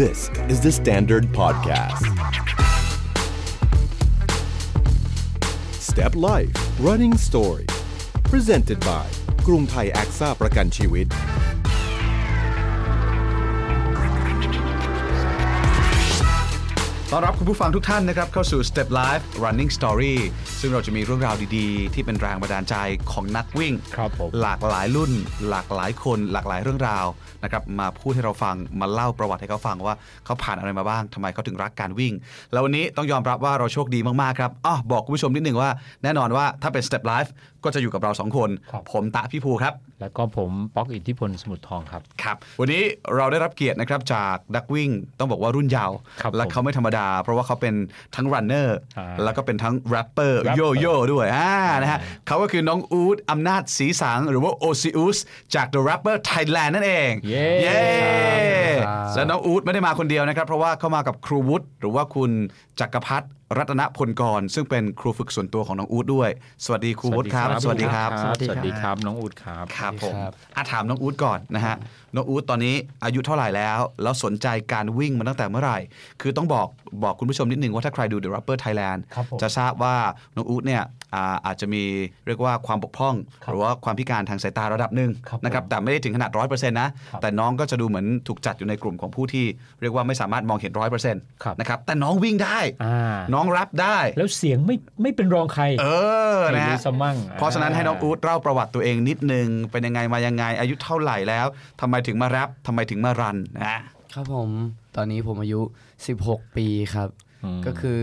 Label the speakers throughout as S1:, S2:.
S1: This is the Standard Podcast. Step Life Running Story Presented by กรุงไทยแอคซ่าประกันชีวิต
S2: ต้อนรับคุณผู้ฟังทุกท่านนะครับ เข้าสู่ Step Life Running Story ซึ่งเราจะมีเรื่องราวดีๆ ที่เป็นแรงบันดาลใจของนักวิ่ง
S3: ครับผม
S2: หลากหลายรุ่น หลากหลายคน หลากหลายเรื่องราวนะครับมาพูดให้เราฟังมาเล่าประวัติให้เขาฟังว่าเขาผ่านอะไรมาบ้างทำไมเขาถึงรักการวิ่ง แล้ววันนี้ต้องยอมรับว่าเราโชคดีมากๆครับอ๋อบอกคุณผู้ชมนิดหนึ่งว่าแน่นอนว่าถ้าเป็น Step Life ก็จะอยู่กับเราสองคน
S3: ครับ
S2: ผมตะพี่ภูครับ
S3: แล้วก็ผมป๊อกอิทธิพลสมุทรทองครับ
S2: ครับวันนี้เราได้รับเกียรตินะครับจากนักวิ่งต้องบอกว่ารุ่นยาว
S3: ครับผม
S2: และเขาไม่ธรรมดา เพราะว่าเขาเป็นทั้งรันเนอร์
S3: อ่า
S2: แล้วก็เป็นทั้งแรปเปอร์
S3: rapper
S2: โยโย่ด้วยอ่านะฮะเขาก็คือน้องอูดอำนาจสีสังหรือว่าโอซิอุสจาก The Rapper Thailand นั่นเอง
S3: เย้
S2: เย้
S3: ครับ
S2: และน้องอูดไม่ได้มาคนเดียวนะครับ เพราะว่าเขามากับครูวุฒิหรือว่าคุณจักรพัฒน์รัตนพลกร ซึ่งเป็นครูฝึกส่วนตัวของน้องอูดด้วย สวัสดีครูวุฒิครับ
S3: สวัสดีครับ
S4: สวัสดี
S3: ส
S4: ครับ
S3: วัสดีครับ น้องอูดครับ
S2: ครับผม
S4: ครับ
S2: อาถามน้องอู๊ดก่อนนะฮะ น้องอู๊ดตอนนี้อายุเท่าไหร่แล้ว แล้วสนใจการวิ่งมาตั้งแต่เมื่อไหร่ คือต้องบอกบอกคุณผู้ชมนิดนึงว่าถ้าใครดู The Rapper Thailand
S4: ครับผม
S2: จะทราบว่าน้องอู๊ดเนี่ยอ่าอาจจะมีเรียกว่าความบกพร่อง
S4: ครั
S2: ห
S4: บ
S2: รือว่าความพิการทางสายตาระดับหนึ่ง
S4: ครับผม
S2: นะครับแต่ไม่ได้ถึงขนาดร้อยเปอร์เซ็นต์นะ
S4: ครับ
S2: แต่น้องก็จะดูเหมือนถูกจัดอยู่ในกลุ่มของผู้ที่เรียกว่าไม่สามารถมองเห็นร้อยเปอร์เซ็นต์
S3: ครับ
S2: นะครับแต่น้องวิ่งได้
S3: อ่า
S2: น้องรับได้
S3: แล้วเสียงไม่ไม่เป็นรองใคร
S2: เออ
S3: ใค
S2: นะ
S3: รรู้
S2: ฮะ
S3: ซะมั่ง
S2: เพราะฉะนั้น
S3: อ่า
S2: ให้น้องอู๊ดเล่าประวัติตัวเองนิดนึง เป็นยังไงมายังไง อายุเท่าไหร่แล้วทำไมถึงมาแรปทำไมถึงมารันนะครับ
S4: ผมตอนนี้ผมอายุ 16 ปีครับ
S3: อืม
S4: ก็คือ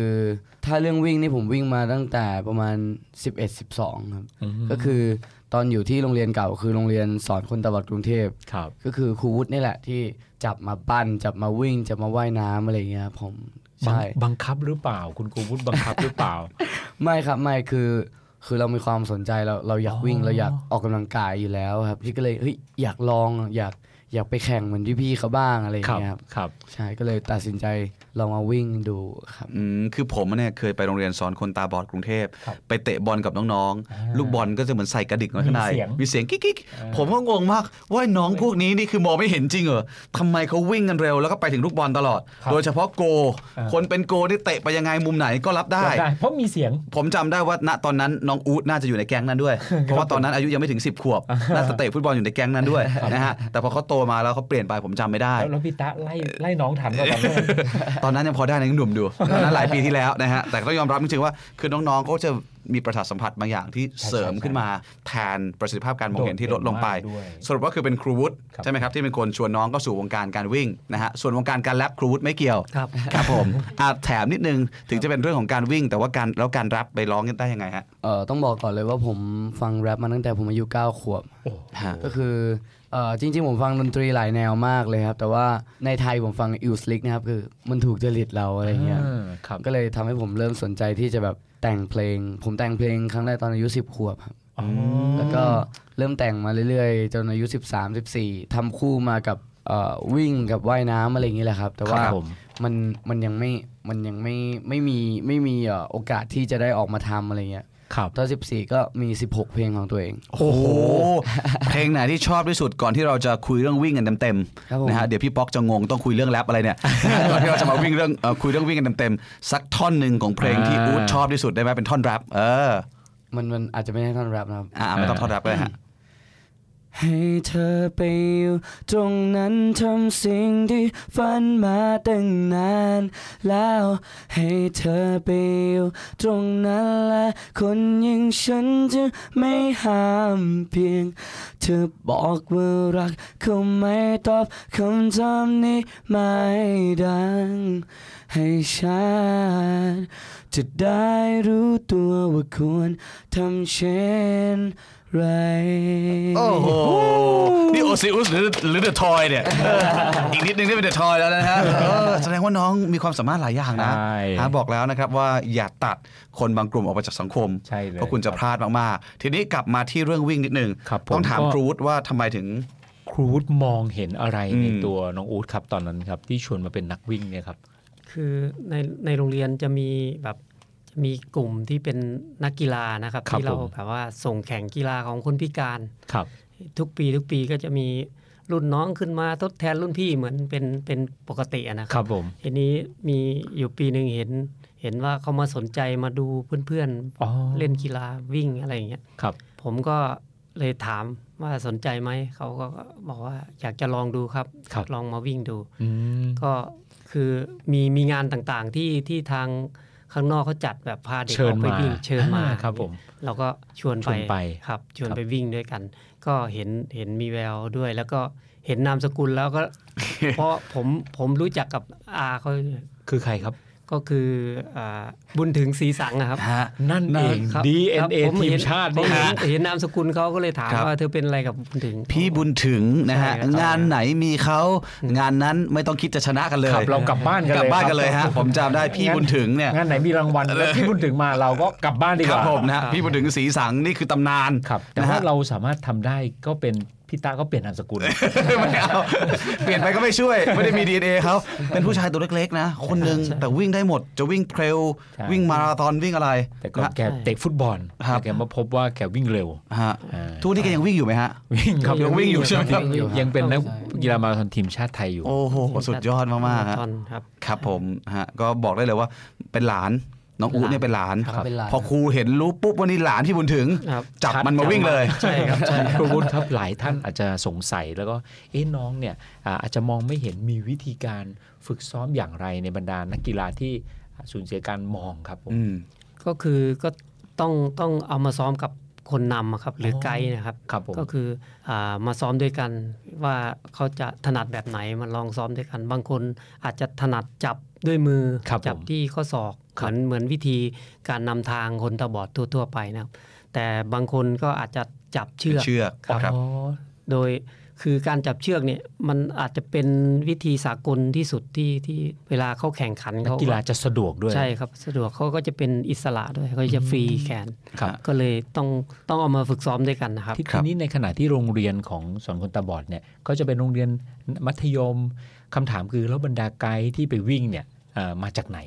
S4: ถ้าเรื่องวิ่งนี่ผมวิ่งมาตั้งแต่ประมาณ 11 12 ครับ
S3: ม
S4: ก็คือตอนอยู่ที่โรงเรียนเก่าคือโรงเรียนสอนคนตาบอดกรุงเทพ
S3: ครับ
S4: ก็คือครูวุฒินี่แหละที่จับมาปั้น จับมาวิ่ง จับมาว่ายน้ำอะไรอย่างเงี้ยครับผม
S3: บัง
S4: ใช่
S3: บังคับหรือเปล่า คุณครูวุฒิบังคับหรือเปล่า
S4: ไม่ครับไม่คือคือเรามีความสนใจเราเราอยากวิ่ง
S3: อ๋อ
S4: เราอยากออกกำลังกายอยู่แล้วครับพี่ก็เลยเฮ้ยอยากลองอยากอยากไปแข่งเหมือนพี่ๆเขาบ้างอะไรอย่างเงี้ยครับ
S3: ครับ
S4: ใช่ก็เลยตัดสินใจลองมาวิ่งดูครับ
S2: อืมคือผมเนี่ยเคยไปโรงเรียนสอนคนตาบอดกรุงเทพ
S3: ครับ
S2: ไปเตะบอลกับน้องๆ ลูกบอลก็จะเหมือนใส่กระดิ่งไว้ข้างใน
S3: มีเสียง
S2: มีเสียงกิ๊กๆ ผมก็งงมาก ว่าน้องพวกนี้นี่คือมองไม่เห็นจริงเหรอทำไมเขาวิ่งกันเร็วแล้วก็ไปถึงลูกบอลตลอด
S3: ครับ
S2: โดยเฉพาะโก
S3: อ่า
S2: คนเป็นโกนี่เตะไปยังไงมุมไหนก็รับได้
S3: ได้ เพราะมีเสียง
S2: ผมจำได้ว่าณตอนนั้นน้องอู๊ดน่าจะอยู่ในแก๊งนั้น ด้วย เพราะว่าตอนนั้นอายุยังไม่ถึง 10 ขวบ น่าจะเตะฟุตบอลอยู่ในแก๊งนั้น ด้วยนะฮะแต่พอเขาโตมาแล้วเขาเปลี่ยนไปผมจำไม่ได้
S3: แล้วแล้วพี่ตะไล่ไล่น้องทันเราตอน
S2: ตอน
S3: นั้น
S2: นั้นยังพอได้ในะยังหนุ่มดูตอนนั้นหลายปีที่แล้วนะฮะแต่ก็ต้องยอมรับจริงๆว่าคือน้องๆเขาจะมีประสาทสัมผัสบางอย่างที่เสริมขึ้นมาแทนประสิทธิภาพการมองเห็นที่ลดลงไป
S3: โดดเด่นมากด้วย
S2: สรุปว่าคือเป็นครูวุฒิ
S3: ครับ
S2: ใช่ไหมครับที่เป็นคนชวนน้องก็สู่วงการการวิ่งนะฮะส่วนวงการการแรปครูวุฒิไม่เกี่ยว
S3: ครับ
S2: ครับ ผมอาแถมนิดนึงถึงจะเป็นเรื่องของการวิ่ง แต่ว่าการแล้วการแรปไปร้องได้ยังไงฮะ
S4: เอ่อต้องบอกก่อนเลยว่าผมฟังแรปมาตั้งแต่ผมอายุ 9 ขวบ
S3: โอ้
S2: ฮะ
S4: ก็คือเอ่อจริง ๆ ผมฟังดนตรีหลายแนวมากเลยครับ แต่ว่าในไทยผมฟังอิลสลิกนะครับ คือมันถูกจริตเราอะไรเงี้ย
S3: อ่าครับ
S4: ก็เลยทำให้ผมเริ่มสนใจที่จะแบบแต่งเพลง ผมแต่งเพลงครั้งแรกตอนอายุ 10 ขวบครับ
S3: อ๋อ
S4: แล้วก็เริ่มแต่งมาเรื่อยๆ จนอายุ 13 14ทำคู่มากับเอ่อวิ่งกับว่ายน้ำอะไรอย่างนี้แหละครับ แต่
S3: ค
S4: ว่า
S3: รับผม
S4: มันมันยังไม่ มันยังไม่ไม่มีไม่มีเอ่อโอกาสที่จะได้ออกมาทำอะไรเงี้ย
S3: ครับ
S4: ตอน14 ก็มี 16 เพลงของตัวเอง
S2: โอ้โห เพลงไหนที่ชอบที่สุดก่อนที่เราจะคุยเรื่องวิ่งกันเต็ม
S4: ครับผม
S2: ๆนะฮะเดี๋ยวพี่ป๊อกจะงงต้องคุยเรื่องแรปอะไรเนี่ย ก่อนที่เราจะมาวิ่งเรื่องเอ่อคุยเรื่องวิ่งกันเต็มๆสักท่อนหนึ่งของเพลงที่
S3: อ่า
S2: อู๊ดชอบที่สุดได้ไหมเป็นท่อนแรปเออ
S4: มันมันอาจจะไม่ได้ท่อนแรปนะครับ
S2: อ่าไม่ต้องท่อนแรปเลยฮะ
S4: ให้เธอไปอยู่ตรงนั้นทำสิ่งที่ฝันมาตั้งนาน แล้วให้เธอไปอยู่ตรงนั้นและคนอย่างฉันจะไม่ห้ามเพียง เธอบอกว่ารักเขาไม่ตอบคำถามนี้ไม่ดัง ให้ฉันจะได้รู้ตัวว่าควรทำเช่นไร
S2: โอ้โห นี่โอซิอุสหรือหรือเดอะทอย เนี่ยเอออีกนิดนึงได้เป็นเดอะทอยแล้วนะฮะเออแสดงว่าน้องมีความสามารถหลายอย่างนะ
S3: ใช่
S2: ฮะบอกแล้วนะครับว่าอย่าตัดคนบางกลุ่มออกไปจากสังคม
S3: ใช่เลย
S2: เพราะคุณจะพลาดมาก ๆ ทีนี้กลับมาที่เรื่องวิ่งนิดนึง
S3: ครับผม
S2: ต้องถาม
S3: ก็
S2: ครูวุฒิว่าทำไมถึง
S3: ครูวุฒิมองเห็นอะไรใน
S2: อืม
S3: ตัวน้องอู๊ดครับตอนนั้นครับ ที่ชวนมาเป็นนักวิ่งเนี่ยครับ
S5: คือในในโรงเรียนจะมีแบบจะมีกลุ่มที่เป็นนักกีฬานะครับ
S3: ครับ
S5: ที่เรา
S3: ผม
S5: แบบว่าส่งแข่งกีฬาของคนพิการ
S3: ครับ
S5: ทุกปีทุกปีก็จะมี รุ่นน้องขึ้นมาทดแทนรุ่นพี่เหมือนเป็นเป็นปกติอะนะค
S3: ครับ รับผม
S5: ทีนี้มีอยู่ปีหนึ่งเห็น เห็นว่าเขามาสนใจมาดูเพื่อน
S3: อ๋อ
S5: ๆ เล่นกีฬาวิ่งอะไรอย่างเงี้ย
S3: ครับ
S5: ผมก็เลยถามว่าสนใจไหม เขาก็บอกว่าอยากจะลองดูครับ
S3: ครับ
S5: ลองมาวิ่งดู
S3: อืม
S5: ก็คือมีมีงานต่างๆที่ที่ทางข้างนอกเขาจัดแบบพาเด็ก
S3: เชิ
S5: อ
S3: ญ
S5: อกไป
S3: มา
S5: วิ่งเชิญมา
S3: อ่ครับผม
S5: เราก็ชวนไป
S3: ชวนไป
S5: ครับชวน
S3: ครับ
S5: ไปวิ่งด้วยกัน ก็เห็นเห็นมีแววด้วย แล้วก็เห็นนามสกุลแล้วก็ เพราะผมผมรู้จักกับอาเขา
S3: คือใครครับ
S5: ก็คืออ่าบุญถึงสีสังนะครับ
S2: ฮะ
S3: นั่นเอง
S5: ครับ
S3: DNA
S5: ครับผ
S3: ทีม
S5: เห็
S3: ชาติ
S5: ผม
S3: นี่
S5: เห็
S3: ฮะ
S5: นเห็นนามสกุลเขาก็เลยถาม
S2: ครับ
S5: ว่าเธอเป็นอะไรกับบุญถึง
S2: พี่บุญถึงนะฮะ
S5: ใช่ครับ
S2: งานไหนมีเขางานนั้นไม่ต้องคิดจะชนะกันเลย
S3: ครับเรากลับบ้านกัน
S2: กลับ
S3: เลย
S2: บ้าน
S3: ครับ
S2: กันเลยฮะผมจำได้พี่
S3: งั้น
S2: บุญถึงเนี่ย
S3: งานไหนมีรางวัลแล้วพี่บุญถึงมาเราก็กลับบ้านดี
S2: ค
S3: ก
S2: รับ
S3: ว่า
S2: ผมนะฮะพี่บุญถึงสีสังนี่คือตำนาน
S3: ครับแต่
S2: นะฮะ
S3: ว่าเราสามารถทำได้ก็เป็นพี่ตาก็เปลี่ยนนามสกุล
S2: ไม่เอาเปลี่ยนไปก็ไม่ช่วย ไม่ได้มี DNA เขาเป็นผู้ชายตัวเล็กๆนะ คนหนึ่งแต่วิ่งได้หมดจะวิ่งเทรล
S3: ใช่
S2: วิ่งมาราธอนวิ่งอะไร
S3: แต่ก่อนะ แกเตะฟุตบอล
S2: ครับ
S3: แต่แกมาพบว่าแกวิ่งเร็ว
S2: ฮะ
S3: อ่า
S2: ทุกวันนี้แกยังวิ่งอยู่ไหมฮะ
S3: วิ่งครับ
S2: ยังวิ่งอยู่ใช่ไหมครับ
S3: ยังอยู่ยังเป็นนักกีฬามาราธอนทีมชาติไทยอยู่
S2: โอ้โหสุดยอดมากๆฮะ
S5: ตอนครับ
S2: ครับผมฮะก็บอกได้เลยว่าเป็นหลานน้องอู๋เนี่ยเป็นหลาน
S3: ครับ
S4: เป็นหลาน
S2: พอครูเห็นรู้ปุ๊บว่านี่หลานที่บุญถึง
S5: ครับ
S2: จับมันมาวิ่งเลย
S5: ใช่ครับใช่
S3: ครูวุฒิครับหลายท่านอาจจะสงสัยแล้วก็เอ๊ะน้องเนี่ยอ่าอาจจะมองไม่เห็นมีวิธีการฝึกซ้อมอย่างไรในบรรดานักกีฬาที่สูญเสียการมองครับผม
S2: อืม
S5: ก็คือก็ต้องต้องเอามาซ้อมกับคนนำอะครับหรืออ
S3: อ
S5: ไกด์นะครับ
S3: ครับผม
S5: ก็คืออามาซ้อมด้วยกันว่าเขาจะถนัดแบบไหนมาลองซ้อมด้วยกัน บางคนอาจจะถนัดจับด้วยมือ
S3: ครับ
S5: จั
S3: ผม
S5: ที่ข้อศอกเหมือนเหมือนวิธีการนำทางคนตาบอดทั่วๆไปนะครับแต่บางคนก็อาจจะจับเชือก
S2: เชือก
S5: ครับ
S2: ครับ
S3: อ๋อ
S5: โดยคือการจับเชือกเนี่ยมันอาจจะเป็นวิธีสากลที่สุดที่ที่เวลาเขาแข่งขัน
S3: นัก
S5: เขา
S3: กีฬาจะสะดวกด้วย
S5: ใช่ครับสะดวกเขาก็จะเป็นอิสระด้วยเขาจะฟรีแขน
S2: ครับ
S5: ก็เลยต้องต้องเอามาฝึกซ้อมด้วยกันนะครับ
S3: ที่
S2: ครั
S3: ที
S2: บ
S3: นี้ในขณะที่โรงเรียนของสอนคนตาบอดเนี่ยก็จะเป็นโรงเรียนมัธยมคำถามคือแล้วบรรดาไกด์ที่ไปวิ่งเนี่ยเอ่อมาจากไหน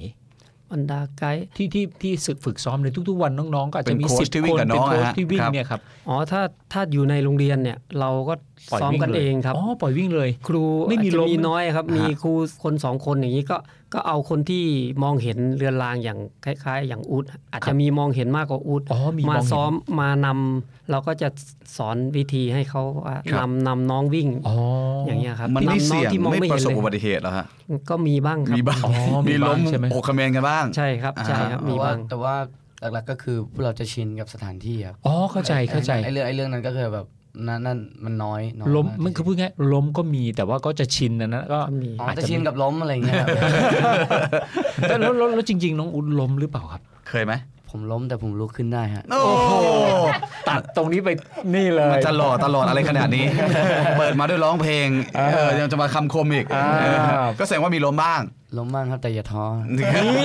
S5: บรรดาไกด์
S3: ที่ที่ที่ศึกฝึกซ้อมในทุก ๆ วันน้องๆ ก็อาจจะมี
S2: เป็นโค้
S3: สิ
S2: ช
S3: บ
S2: ที่วิ่
S3: ค
S2: ง
S3: น
S2: กับน้
S3: เป็น
S2: อง
S3: โค้
S2: อะ
S3: ช
S2: ฮะ
S3: ที่วิ่ง
S2: ครับ
S3: เนี่ยครับ
S5: อ๋อถ้าถ้าอยู่ในโรงเรียนเนี่ยเราก็
S3: ปล่ย
S5: ซ้อม
S3: วิ่
S5: กัน
S3: ลย
S5: เองครับ
S3: อ๋อปล่อยวิ่งเลย
S5: ครู
S3: ไม่มี
S5: อาจจะ
S3: ล้ม
S5: มีน้อยครับ
S2: ฮะ
S5: มีครูคนสองคนอย่างนี้ก็ก็เอาคนที่มองเห็นเรือนรางอย่างคล้าย ๆ อย่างอูดอาจจะมีมองเห็นมากกว่าอูด
S3: อ๋อมี
S5: มาง
S3: เห็น
S5: ซ้อมมานำเราก็จะสอนวิธีให้เขาว่า
S2: ครับ
S5: นำนำน้องวิ่ง
S3: อ๋ออ
S5: อย่างเงี้ยครับ
S2: มันไม่
S5: นำน้อง
S2: เสี่ยง
S5: ที่มอง
S2: ไม่
S5: ไม่
S2: ป
S5: เห็
S2: ระ
S5: น
S2: สบอุบั
S5: เลย
S2: ติเหตุเหรอฮะ
S5: ก็มีบ้างครับ
S2: มีบ้าง
S3: อ๋อมี
S2: มีล้ม
S3: บ้างใช่ไหม
S2: อกคเมนกันบ้าง
S5: ใช่ครับใช่ครับ
S2: อ่ามี
S5: มี
S4: แต่ว่า
S5: บ้าง
S4: แต่ว่าหลักๆก็คือพวกเราจะชินกับสถานที่ครับ
S3: อ๋อเข้าใจเข้าใจ
S4: ไอ้เรื่องไอ้เรื่องนั้นก็คือแบบนั่นนั่นมันน้อยน้อย
S3: ล้ม
S4: าก
S3: มันคือพูดง่ายๆล้มก็มีแต่ว่าก็จะชินนะนะก็
S5: มี
S4: อ๋อ
S3: อาจ
S4: แต่
S3: จะ
S4: ชินกับล้มอะไรเงี้ยครับ
S3: แต่แล้วแล้วแล้วจริง ๆ น้องอุ้นล้มหรือเปล่าครับ
S2: เคยไหม
S4: ผมล้มแต่ผมลุกขึ้นได้ฮะ
S2: โอ้โห
S3: ตัดตรงนี้ไปนี่เลย
S2: มันจะหล่อตลอดอะไรขนาดนี้ เปิดมาด้วยร้องเพลง
S3: อ่า
S2: เออยังจะมาคำคมอีก
S3: อ่า
S2: เออก็แสดงว่ามีล้มบ้าง
S4: ล้มบ้างครับแต่อย่าท้อ
S3: นี่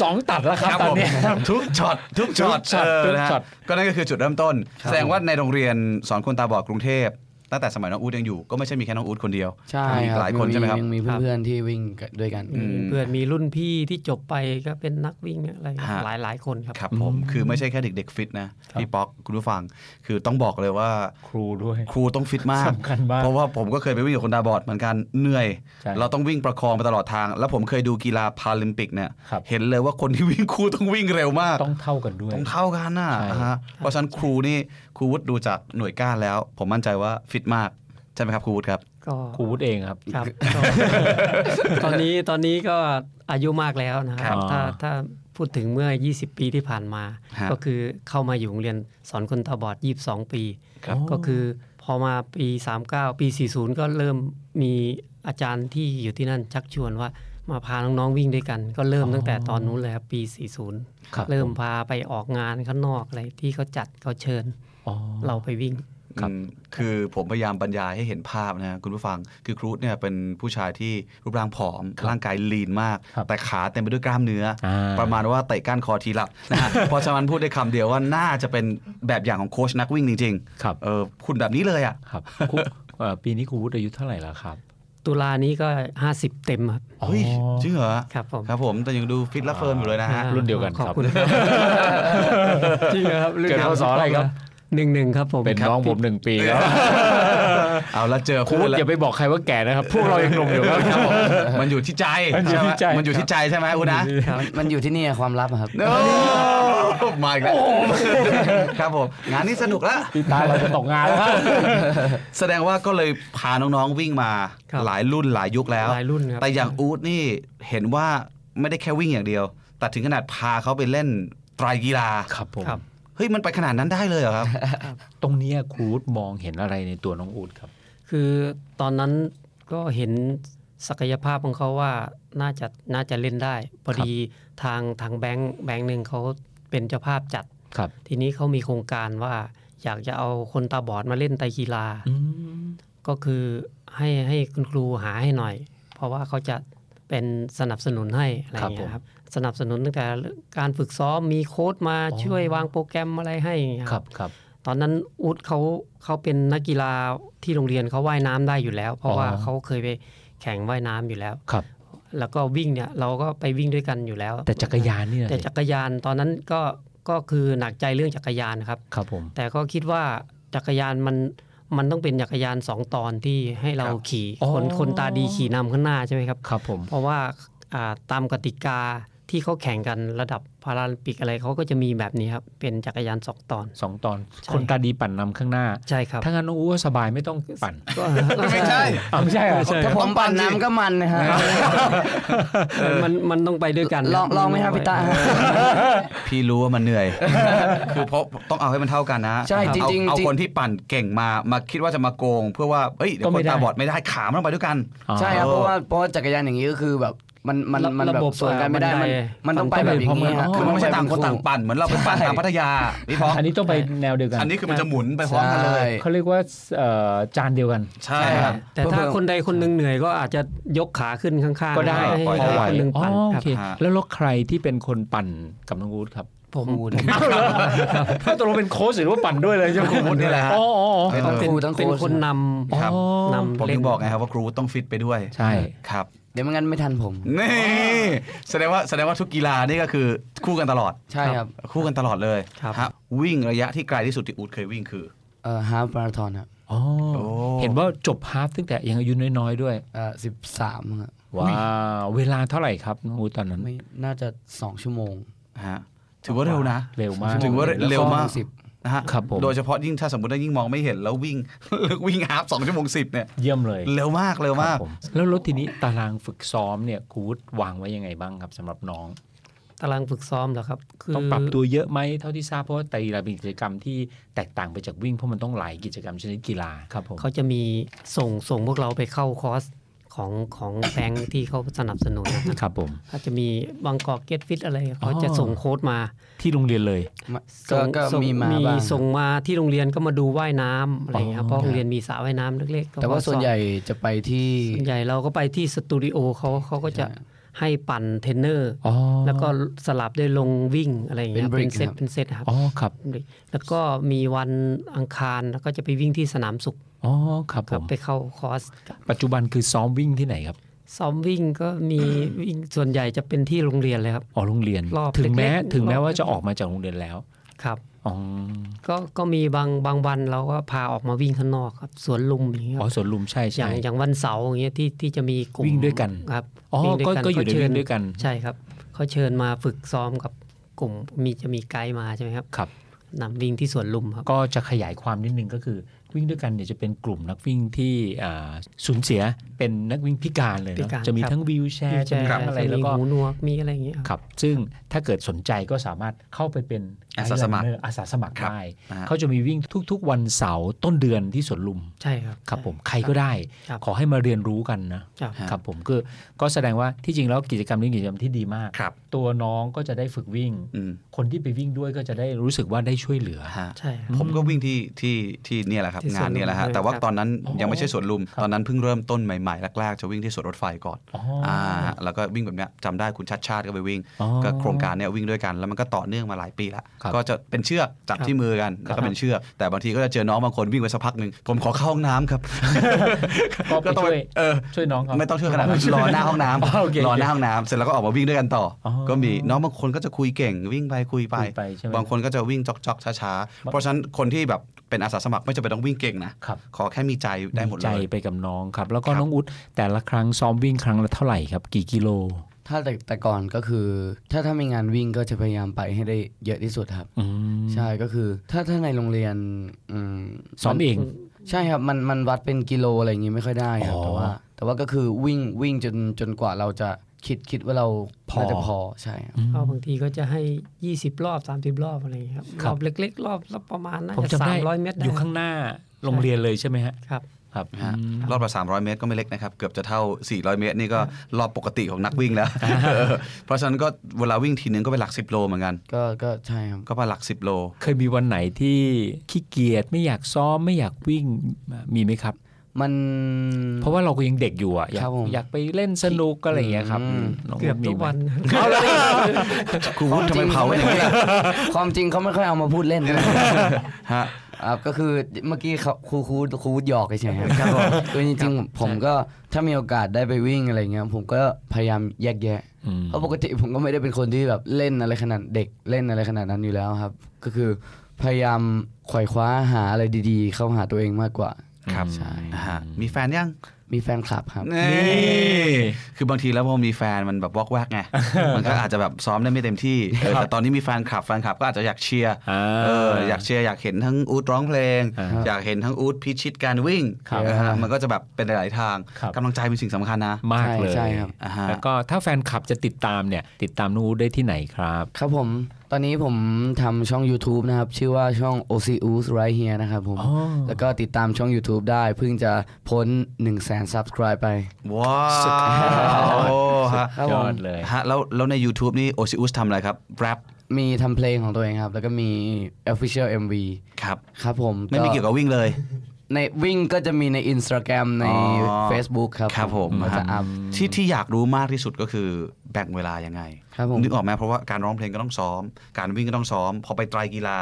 S3: สองตัดแล้วครับ
S2: ครับ
S3: ตอ
S2: ผ
S3: น
S2: ม
S3: เนี้ย
S2: ทุกช็อตทุกช็อต
S3: ทุกช็อต
S2: เออ
S3: ทุก
S2: นะฮะ
S3: ช็อต
S2: ก็นั่นก็คือจุดเริ่มต้น แสดงว่าในโรงเรียนสอนคนตาบอดกรุงเทพตั้งแต่สมัยน้องอู๊ดยังอยู่ก็ไม่ใช่มีแค่น้องอู๊ดคนเดียว
S4: ใช่
S2: มีอี
S4: ครั
S2: ก
S4: บ
S2: หลายคนใช่ไหมครับ
S4: ยังมี
S5: ครับ
S4: เพื่อนๆที่วิ่งกันด้วยกัน
S2: อืม
S5: เพื่อนมีรุ่นพี่ที่จบไปก็เป็นนักวิ่งอะไร
S2: ฮะ
S5: หลายหลายๆคนครับ
S2: ครับผมคือไม่ใช่แค่เด็กๆฟิตนะพี่ป๊อกคุณผู้ฟัง คือต้องบอกเลยว่า
S3: ครูด้วย
S2: ครูต้องฟิตมาก
S3: สำคัญมาก
S2: เพราะว่าผมก็เคยไปวิ่งกับคนตาบอดเหมือนกันเหนื่อย
S3: ใช่
S2: เราต้องวิ่งประคองไปตลอดทาง แล้วผมเคยดูกีฬาพาลิมปิกเนี่ย
S3: ครับ
S2: เห็นเลยว่าคนที่วิ่งครูต้องวิ่งเร็วมาก
S3: ต้องเท่ากันด้วย
S2: ต้องเท่ากันน่ะ
S3: ใช่
S2: อ่าฮะเพราะฉะนั้นครูนี่ครูวุฒิดูจากหน่วยก้านแล้ว ผมมั่นใจว่าฟิตมาก ใช่ไหมครับครูวุฒิครับ
S5: ก็
S3: ครูวุฒิเองครับ
S5: ครับก็ตอนนี้ตอนนี้ก็อายุมากแล้วนะค
S3: ครั
S5: รับบ ถ้าถ้าพูดถึงเมื่อ 20 ปีที่ผ่านมา
S2: ฮะ
S5: ก็คือเข้ามาอยู่โรงเรียนสอนคนตาบอด 22 ปี
S3: ครับ
S5: ก็คือพอมาปี 39 ปี 40 ก็เริ่มมีอาจารย์ที่อยู่ที่นั่นชักชวนว่ามาพาน้องๆวิ่งด้วยกัน ก็เริ่ม
S3: อ๋อ
S5: ตั้งแต่ตอนนู้นเลยครับปี
S3: ครับ
S5: 40 เริ่มพาไปออกงานข้างนอกอะไรที่เขาจัดเขาเชิญ
S3: อ๋อ
S5: เราไปวิ่ง
S3: ครับ
S2: อืมคือผมพยายามบรรยายให้เห็นภาพนะฮะคุณผู้ฟัง คือครูวุฒิเนี่ยเป็นผู้ชายที่รูปร่างผอม ร่างกายลีนมาก
S3: ครับ
S2: แต่ขาเต็มไปด้วยกล้ามเนื้อ
S3: อ่
S2: ประมาณว่าเตะก้านคอทีละนะ ฮะ เพราะฉะนั้นพูดได้คำเดียวว่าน่าจะเป็นแบบอย่างของโค้ชนักวิ่งจริง
S3: ครับ
S2: ๆ เออคุณแบบนี้เลยอ่ะ
S3: ครับครูเอ่อปีนี้ครูวุฒิอายุเท่าไหร่แล้วครับ
S5: ตุลานี้ก็ 50 เต็มครับ
S2: เฮ้ย
S3: อ๋อ
S2: จริงเหรอ
S5: ครับผม
S2: ครับผมแต่ยังดูฟิตและเฟิร์มอยู่เลยนะฮะ
S5: อ่า
S3: รุ่นเดียวกันครับ
S5: ขอบคุณครับ จริงครับ
S3: เกิดพศอะไรครับ
S5: หนึ่งหนึ่งครับผม
S3: เป็นน้องผมหนึ่งปีแล้ว
S2: เอาละเจอ
S3: โค้
S2: เพื่อน
S3: ช
S2: แล้ว
S3: อย่าไปบอกใครว่าแก่นะครับ พวกเรายังหนุ่มอยู่ครับ
S2: ครับ ผมมันอยู่ที่ใจ
S3: มันอยู่ที่ใจ
S2: มันอยู่ที่ใจใช่ไหมอูนะ
S4: มันอยู่ที่นี่อะความลับอะครับ
S2: โอ้ มาอีกแล้วครับผมงานนี้สนุกแล้ว
S3: พี่ตาเราจะตกงานแล้วครับ
S2: แสดงว่าก็เลยพาน้องๆวิ่งมา
S5: ครับ
S2: หลายรุ่นหลายยุคแล้ว
S5: หลายรุ่นครับ
S2: แต่อย่างอู๊ดนี่เห็นว่าไม่ได้แค่วิ่งอย่างเดียว แต่ถึงขนาดพาเขาไปเล่นไตรกีฬา
S3: ครับผม
S5: ครับ
S2: เฮ้ยมันไปขนาดนั้นได้เลยเหรอครับ
S3: ตรงเนี้ยครูดมองเห็นอะไรในตัวน้องอูดครับ
S5: คือตอนนั้นก็เห็นศักยภาพของเขาว่าน่าจะน่าจะเล่นได้ พอดีทางทางแบงค์แบงค์หนึ่งเขาเป็นเจ้าภาพจัด
S3: ครับ
S5: ทีนี้เขามีโครงการว่าอยากจะเอาคนตาบอดมาเล่นไตรกีฬา
S3: อืม
S5: ก็คือให้ให้คุณครูหาให้หน่อย เพราะว่าเขาจะเป็นสนับสนุนให้อะไรอย่างเงี้ยครับสนับสนุนตั้งแต่การฝึกซ้อมมีโค้ดมาช่วยวางโปรแกรมอะไรให้อย่างเงี้ย
S3: ค
S5: ค
S3: รั
S5: รับบ
S3: ครับ
S5: ตอนนั้นอูดเขาเขาเป็นนักกีฬาที่โรงเรียนเขาว่ายน้ำได้อยู่แล้ว เพราะว่า
S3: อ๋อ
S5: เขาเคยไปแข่งว่ายน้ำอยู่แล้ว
S3: ครับ
S5: แล้วก็วิ่งเนี่ยเราก็ไปวิ่งด้วยกันอยู่แล้ว
S3: แต่จักรยานเนี่ย
S5: แต่จักรยานตอนนั้นก็ก็คือหนักใจเรื่องจักรยานครับ
S3: ครับผม
S5: แต่ก็คิดว่าจักรยานมันมันต้องเป็นจักรยานสองตอนที่ให้เรา
S2: ครับ
S5: ขี่คนคนตาดีขี่นำข้างหน้าใช่ไหมครับ
S3: ครับผม
S5: เพราะว่าอ่าตามกติกาที่เขาแข่งกันระดับพาราลิมปิกอะไรเขาก็จะมีแบบนี้ครับ เป็นจักรยานสองตอน
S3: สองตอน
S5: ใช่
S3: คนตาดีปั่นนำข้างหน้า
S5: ใช่ครับ
S3: ถ้างั้นน้องอูก็สบายไม่ต้องปั่น
S5: ก็
S2: ไม่ใช่
S3: อ้าวไม่ใช่เหรอ
S4: ถ้าผ
S2: ต้
S4: ม
S2: องปั่
S4: ปั่
S2: น
S4: น
S2: สิ
S4: น้ำก็มันนะฮะ
S5: มันมันต้องไปด้วยกัน
S4: ลองลองไหมครับพี่ตา
S2: พี่รู้ว่ามันเหนื่อย คือเพราะต้องเอาให้มันเท่ากันนะ
S4: ใช่จริ
S2: เอา
S4: งๆจริง
S2: เอาคนที่ปั่นเก่งมามาคิดว่าจะมาโกง เพื่อว่าเอ้ยเดี๋ยว
S3: ก็
S2: ค
S3: ไม่
S2: น
S3: ได้
S2: ตาบอดไม่ได้ขามนต้องไปด้วยกัน
S3: อ๋อ
S4: ใช่ครับเพราะว่าเพราะว่าจักรยานอย่างนี้ก็คือแบบมันมันมัน
S5: ระ
S4: แบบ บส่วนกันไม่ได้
S5: บั
S4: มัน
S5: ด
S4: มันต้องไปแบบอย่างนี้ฮะ
S3: อ๋อ
S2: คือมันไม่ใช่ต่างคนต่างปั่นเหมือนเราไปปั่นทางพัทยาพี่พ้อง
S3: อันนี้ต้องไปแนวเดียวกัน
S2: อันนี้คือมันจะหมุนไปพร้อม
S4: ใช่
S2: กันเลย
S3: เขาเรียกว่าเอ่อจานเดียวกัน
S2: ใช่
S4: ใช่
S2: ค
S4: ค
S2: รั
S4: รับ บ
S5: แต่ถ้าคนใดคนหนึ่งเหนื่อยก็อาจจะยกขาขึ้นข้างๆ
S3: ก็ได้
S5: ให้
S2: ปล่อย
S5: ให้
S2: ได้
S5: คนหนึ่ง
S3: อ๋อ
S5: ปั่น
S3: โอ
S5: ครับ
S3: เค
S2: ครับ
S3: แล้วแล้วใครที่เป็นคนปั่นกับน้องอูด ครับ
S5: ผม
S3: ตกลงเป็นโค้ชหรือว่าปั่นด้วยเลยใช่ไหม
S2: ครูวุฒินี่แหละฮะ
S3: อ๋ออ๋ออ๋อ
S4: เป็นครูทั้ง
S5: เป็น
S4: โค้ช
S5: คนน
S3: อ๋อ
S2: ครับผ
S5: ำนำ
S2: มถึ
S5: เล่น
S2: งบอกไงครับว่าครูต้องฟิตไปด้วย
S3: ใช่
S2: ครับ
S4: เดี๋ยวไม่งั้นไม่ทันผม
S2: นี่แสดงว่าแสดงว่าทุกกีฬานี่ก็คือคู่กันตลอด
S4: ใช่ครับ
S2: คู่กันตลอดเลย
S5: ครับ
S2: ฮะวิ่งระยะที่ไกลที่สุดที่อูดเคยวิ่งคือ
S4: เอ่อฮาล์ฟมาราธอนครับ
S3: อ๋อ
S2: โอ้
S3: เห็นว่าจบฮาล์ฟตั้งแต่ยังอายุน้อยๆด้วย
S4: เอ่อสิบสามครับ
S3: ว้าวเวลาเท่าไหร่ครับน้องอูดตอนนั้น
S4: ไม่น่าจะสองชั่วโมง
S2: ฮะถือว่าเร็วนะ
S3: เร็วมาก
S2: ถือว่าเร็วมาก
S4: สองชั่โงสิบ
S2: นะฮะ
S3: ครับผม
S2: โดยเฉพาะยิ่งถ้าสมมติว่ายิ่งมองไม่เห็นแล้ววิ่ง เลิกวิ่งฮาร์ฟสองชั่วโมงสิบเนี่ย
S3: เยี่ยมเลย
S2: เร็วมากเร็วมาก
S3: ครับผแล้วรถทีนี้ตารางฝึกซ้อมเนี่ยครูวุฒิวางไว้ยังไงบ้างครับสำหรับน้อง
S5: ตารางฝึกซ้อมเหรอครับ คื
S3: ต้องปรับตัวเยอะไหมเท่าที่ทราบเพราะว่าแต่ละเป็นกิจกรรมที่แตกต่างไปจากวิ่ง เพราะมันต้องหลายกิจกรรมชนิดกีฬาครับผม
S5: เขาจะมีส่งส่งพวกเราไปเข้าคอร์สของของ แบงค์ที่เขาสนับสนุนนะครับ
S3: ครับผม
S5: เขาจะมีบางกอกเก็ตฟิตอะไรเขาจะส่งโค้ดมา
S3: ที่โรงเรียนเลย
S4: ก็
S5: ส่ง
S4: ก็
S5: ส่ง
S4: มีมาบ้าง
S5: ส่งมาที่โรงเรียนก็มาดูว่ายน้ำอะไรอย่างเงี้ยครับ
S3: อ๋อ
S5: เพราะโรงเรียนมีสระว่ายน้ำเล็กๆก็
S4: แต่ว่าส่วนใหญ่จะไปที่
S5: ส่วนใหญ่เราก็ไปที่สตูดิโอเขาเขาก็จะให้ปั่นเทรนเนอร์
S3: อ๋อ
S5: แล้วก็สลับด้วยลงวิ่งอะไรอย่างเงี้ย
S4: เป็น
S5: เป็น
S4: break
S5: เซต
S4: ครับ
S5: เป็นเซตครับ
S3: อ๋อครับ
S5: แล้วก็มีวันอังคารแล้วก็จะไปวิ่งที่สนามสุข
S3: อ๋อครับ
S5: ค
S3: ผ
S5: รับ
S3: ม
S5: ไปเข้าคอร์สกับ
S3: ปัจจุบันคือซ้อมวิ่งที่ไหนครับ
S5: ซ้อมวิ่งก็มี วิ่งส่วนใหญ่จะเป็นที่โรงเรียนเลยครับ
S3: อ๋อโรงเรียน
S5: รอบ
S3: ถึงแม้
S5: เล็กๆ
S3: ถึงแม้
S5: รอบ
S3: ว่าจะออกมาจากโรงเรียนแล้ว
S5: ครับ
S3: อ๋อ
S5: ก็ก็มีบางบางวันเราก็พาออกมาวิ่งข้างนอกครับสวนลุมอย่างเงี้ย
S3: อ๋
S5: ค
S3: อ
S5: รับ
S3: สวนลุมใช่
S5: อย่า
S3: ใช่
S5: งอย่างวันเสาร์อย่างเงี้ยที่ที่จะมีกลุ่ม
S3: วิ่งด้วยกัน
S5: ครับ
S3: อ๋อ
S5: วิ่งด้ว
S3: ก็ก็อยู่ใน
S5: ขาเชิญ
S3: วิ่งด้วยกัน
S5: ใช่ครับเขาเชิญมาฝึกซ้อมกับกลุ่มมีจะมีไกด์มาใช่ไหมครับ
S3: ครับ
S5: นำวิ่งที่สวนลุมครับ
S3: ก็จะขยายความนิดนึงก็คือวิ่งด้วยกันเนี่ยจะเป็นกลุ่มนักวิ่งที่อ่าสูญเสียเป็นนักวิ่งพิการเลย
S5: พิ
S3: เนาะ
S5: การ
S3: จะมี
S5: ครับ
S3: ทั้งวิวแชร์จะมีทั้งอะไรแล้ว
S5: มี
S3: ก็
S5: หูหนวกมีอะไรอย่างเงี้ยครับ
S3: ครับซึ่งถ้าเกิดสนใจก็สามารถเข้าไปเป็น
S2: อาสาสมัคร
S3: ไกด์ลันเนออาสาสมัคร
S2: ครับ
S3: ได้
S2: นะฮะ
S3: เขาจะมีวิ่งทุกๆ วันเสาร์ต้นเดือนที่สวนลุม
S5: ใช่ครับ
S3: ครับผมใครก็ได้
S5: ครับ
S3: ขอให้มาเรียนรู้กันนะครับ ครับผมก็ก็แสดงว่าที่จริงแล้วกิจกรรมนี้เป็นกิจกรรมที่ดีมาก
S2: ครับ
S3: ตัวน้องก็จะได้ฝึกวิ่ง
S2: อืม
S3: คนที่ไปวิ่งด้วยก็จะได้รู้สึกว่าได้ช่วยเหลือ
S2: ฮะ
S5: ใช่ครับ
S2: ผมก็วิ่งที่ที่ที่เนี่ยแหละครับ
S5: ที่สวน
S2: งานเนี่ยแหละฮะ
S5: ลุมเลย
S2: แต่ว่า
S5: ครับ
S2: ตอนนั้นยังไม่ใช่สวนลุม
S3: ครับ
S2: ตอนนั้นเพิ่งเริ่มต้นใหม่ๆแรกๆจะวิ่งที่สวนรถไฟก่อน
S3: อ๋ออ่
S2: ่าแล้วก็วิ่งแบบเนี้ยจำได้คุณชัดชาติก็ไปวิ่ง
S3: อ๋อ
S2: ก็โครงการเนี่ยวิ่งด้วยกันแล้วมันก็ต่อเนื่องมาหลายปีละ
S3: ครับ
S2: ก็จะเป็นเชือกจับ
S5: ครับ
S2: ที่มือกันแล้ว
S3: ครั
S2: ก็
S3: บ
S2: เป็นเชือกแต่บางทีก็จะเจอน้องบางคนวิ่งไปสักพักหนึ่งผมขอเข้าห้องน้ำครับ
S3: ก็ไป
S2: ต้อง
S3: ช่วย
S2: เออ
S3: ช่วยน้องเขา
S2: ไม่ต้องช่วยขนาดนั้นรอหน้าห้องน้
S3: อ๋อโอเค
S2: ำรอหน้าห้องน้ำเสร็จแล้วก็ออกมาวิ่งด้วยกันต่ออ
S3: อ
S2: ก็มีน้องบางคนก็จะคุยเก่งวิ่งไปคุยไป
S3: คุยไปใช่ไหม
S2: บางคนก็จะวิ่งจอกๆช้าๆ เพราะฉะนั้นคนที่แบบเป็นอาสาสมัครไม่จำเป็นต้องวิ่งเก่งนะครับ ขอแค่มีใจได้หมด
S3: ใจ
S2: เลย
S3: ไปกับน้องครับ แล้วก็
S2: ครับ
S3: น้องอุ๊ดแต่ละครั้งซ้อมวิ่งครั้งละเท่าไหร่ครับ กี่กิโล
S4: ถ้าแต่แต่ก่อนก็คือ ถ้าถ้ามีงานวิ่งก็จะพยายามไปให้ได้เยอะที่สุดครับ
S3: อืม
S4: ใช่ก็คือ ถ้าถ้าในโรงเรียนอืม
S3: ซ้อมเอง
S4: ใช่ครับมันมันวัดเป็นกิโลอะไรอย่างงี้ไม่ค่อยได้ครับ
S3: อ๋อ
S4: แต่ว่า แต่ว่าก็คือวิ่งวิ่งจนจนกว่าเราจะคิดคิดว่าเรา
S3: พอ
S4: น่าจะพอใช่ครับ
S5: ก็บางทีก็จะให้ 20 รอบ 30 รอบอะไรอย่างเงี้ยครับ
S3: ค
S5: ร
S3: รับ
S5: อบเล็ก ๆ รอบละประมาณน่า
S3: ผม
S5: จะ
S3: จำ
S5: สา
S3: ได้
S5: มร้อยเมตรได้
S3: อยู่ข้างหน้าโรงเรียนเลยใช่ไหมฮะ
S5: ครับ
S3: ครับ
S2: ฮะ
S3: อืม
S2: รอบละ300 เมตรก็ไม่เล็กนะครับ เกือบจะเท่า 400 เมตร นี่ก็รอบปกติของนักวิ่ง แล้ว เออเพราะฉะนั้นก็เวลาวิ่งทีนึงก็เป็นหลัก 10 โลเหมือนกัน
S4: ก็ก็ใช่ครับ
S2: ก็มาหลัก 10 โล
S3: เคยมีวันไหนที่ขี้เกียจไม่อยากซ้อมไม่อยากวิ่งมีไหมครับ
S4: มัน
S3: เพราะว่าเราก็ยังเด็กอยู่อ่ะอยา
S4: ครั
S3: ก
S4: บผม
S3: อยากไปเล่นสนุกอะไรอย่างเงี้ยครับ
S4: อืม
S3: น้อง
S5: เกือบ
S3: มี
S5: ทุก
S3: ไหม
S5: วัน
S4: เอาเลย
S2: ครูวุฒิทำไมเผาอย่างนี้ล่ะ
S4: ความจริงเขาไม่ค่อยเอามาพูดเล่นนะ
S2: ฮะ
S4: ครับก็คือเมื่อกี้เขาครูครูครูวุฒิหยอกเฉยๆครับผมคือจริงๆผมก็ถ้ามีโอกาสได้ไปวิ่งอะไรเงี้ยผมก็พยายามแยกแยะ
S3: อืม
S4: เพราะปกติผมก็ไม่ได้เป็นคนที่แบบเล่นอะไรขนาดเด็กเล่นอะไรขนาดนั้นอยู่แล้วครับ ก็คือพยายามไขว่คว้าหาอะไรดีๆ เข้าหาตัวเองมากกว่า
S2: ครับ
S4: ใช่
S2: ฮะมีแฟนยัง
S4: มีแฟนคลับครับ
S2: นี่คือบางทีแล้วพอมีแฟนมันแบบวอกแวกไง มันก็อาจจะแบบซ้อมได้ไม่เต็มที่เออแต่ตอนนี้มีแฟนคลับแฟนคลับก็อาจจะอยากเชียร์
S3: อ่า
S2: เอออยากเชียร์อยากเห็นทั้งอูดร้องเพลง
S3: อ่า
S2: อยากเห็นทั้งอูดพิชิตการวิ่ง
S3: ครับ
S2: นะฮะมันก็จะแบบเป็นหลายๆทาง
S3: ครับ
S2: กำลังใจเป็นสิ่งสำคัญนะ
S3: มากเลย
S4: ใช่ใช่ครับ
S2: อ่าฮะ
S3: แล้วก็ถ้าแฟนคลับจะติดตามเนี่ย ติดตามนูได้ที่ไหนครับ
S4: ครับผมตอนนี้ผมทำช่อง YouTube นะครับ ชื่อว่าช่อง o c u s right here นะครับผม
S3: อ๋อ
S4: แล้วก็ติดตามช่อง YouTube ได้เพิ่งจะพ้น 1 0 0 0 0แสน subscribe ไป
S2: ว้าวโอ้ฮะ
S4: ครับผม
S3: ยอดเลย
S2: ฮะแล้วแล้วใน YouTube นี่โอซิอุสทำอะไรครับแรป
S4: มีทำเพลงของตัวเองครับ แล้วก็มี official MV
S2: ครับ
S4: ครับผม
S2: ไม่มีเกี่ยวกับวิ่งเลย
S4: ในวิ่งก็จะมีใน Instagram ใน
S2: อ๋อ
S4: Facebook ครับ
S2: ครับผม
S4: ก็จะอัพ
S2: ที่ที่อยากรู้มากที่สุดก็คือแบ่งเวลายังไง
S4: ครับผม
S2: นึกออกไหมเพราะว่าการร้องเพลงก็ต้องซ้อม การวิ่งก็ต้องซ้อม พอไปไตรกีฬา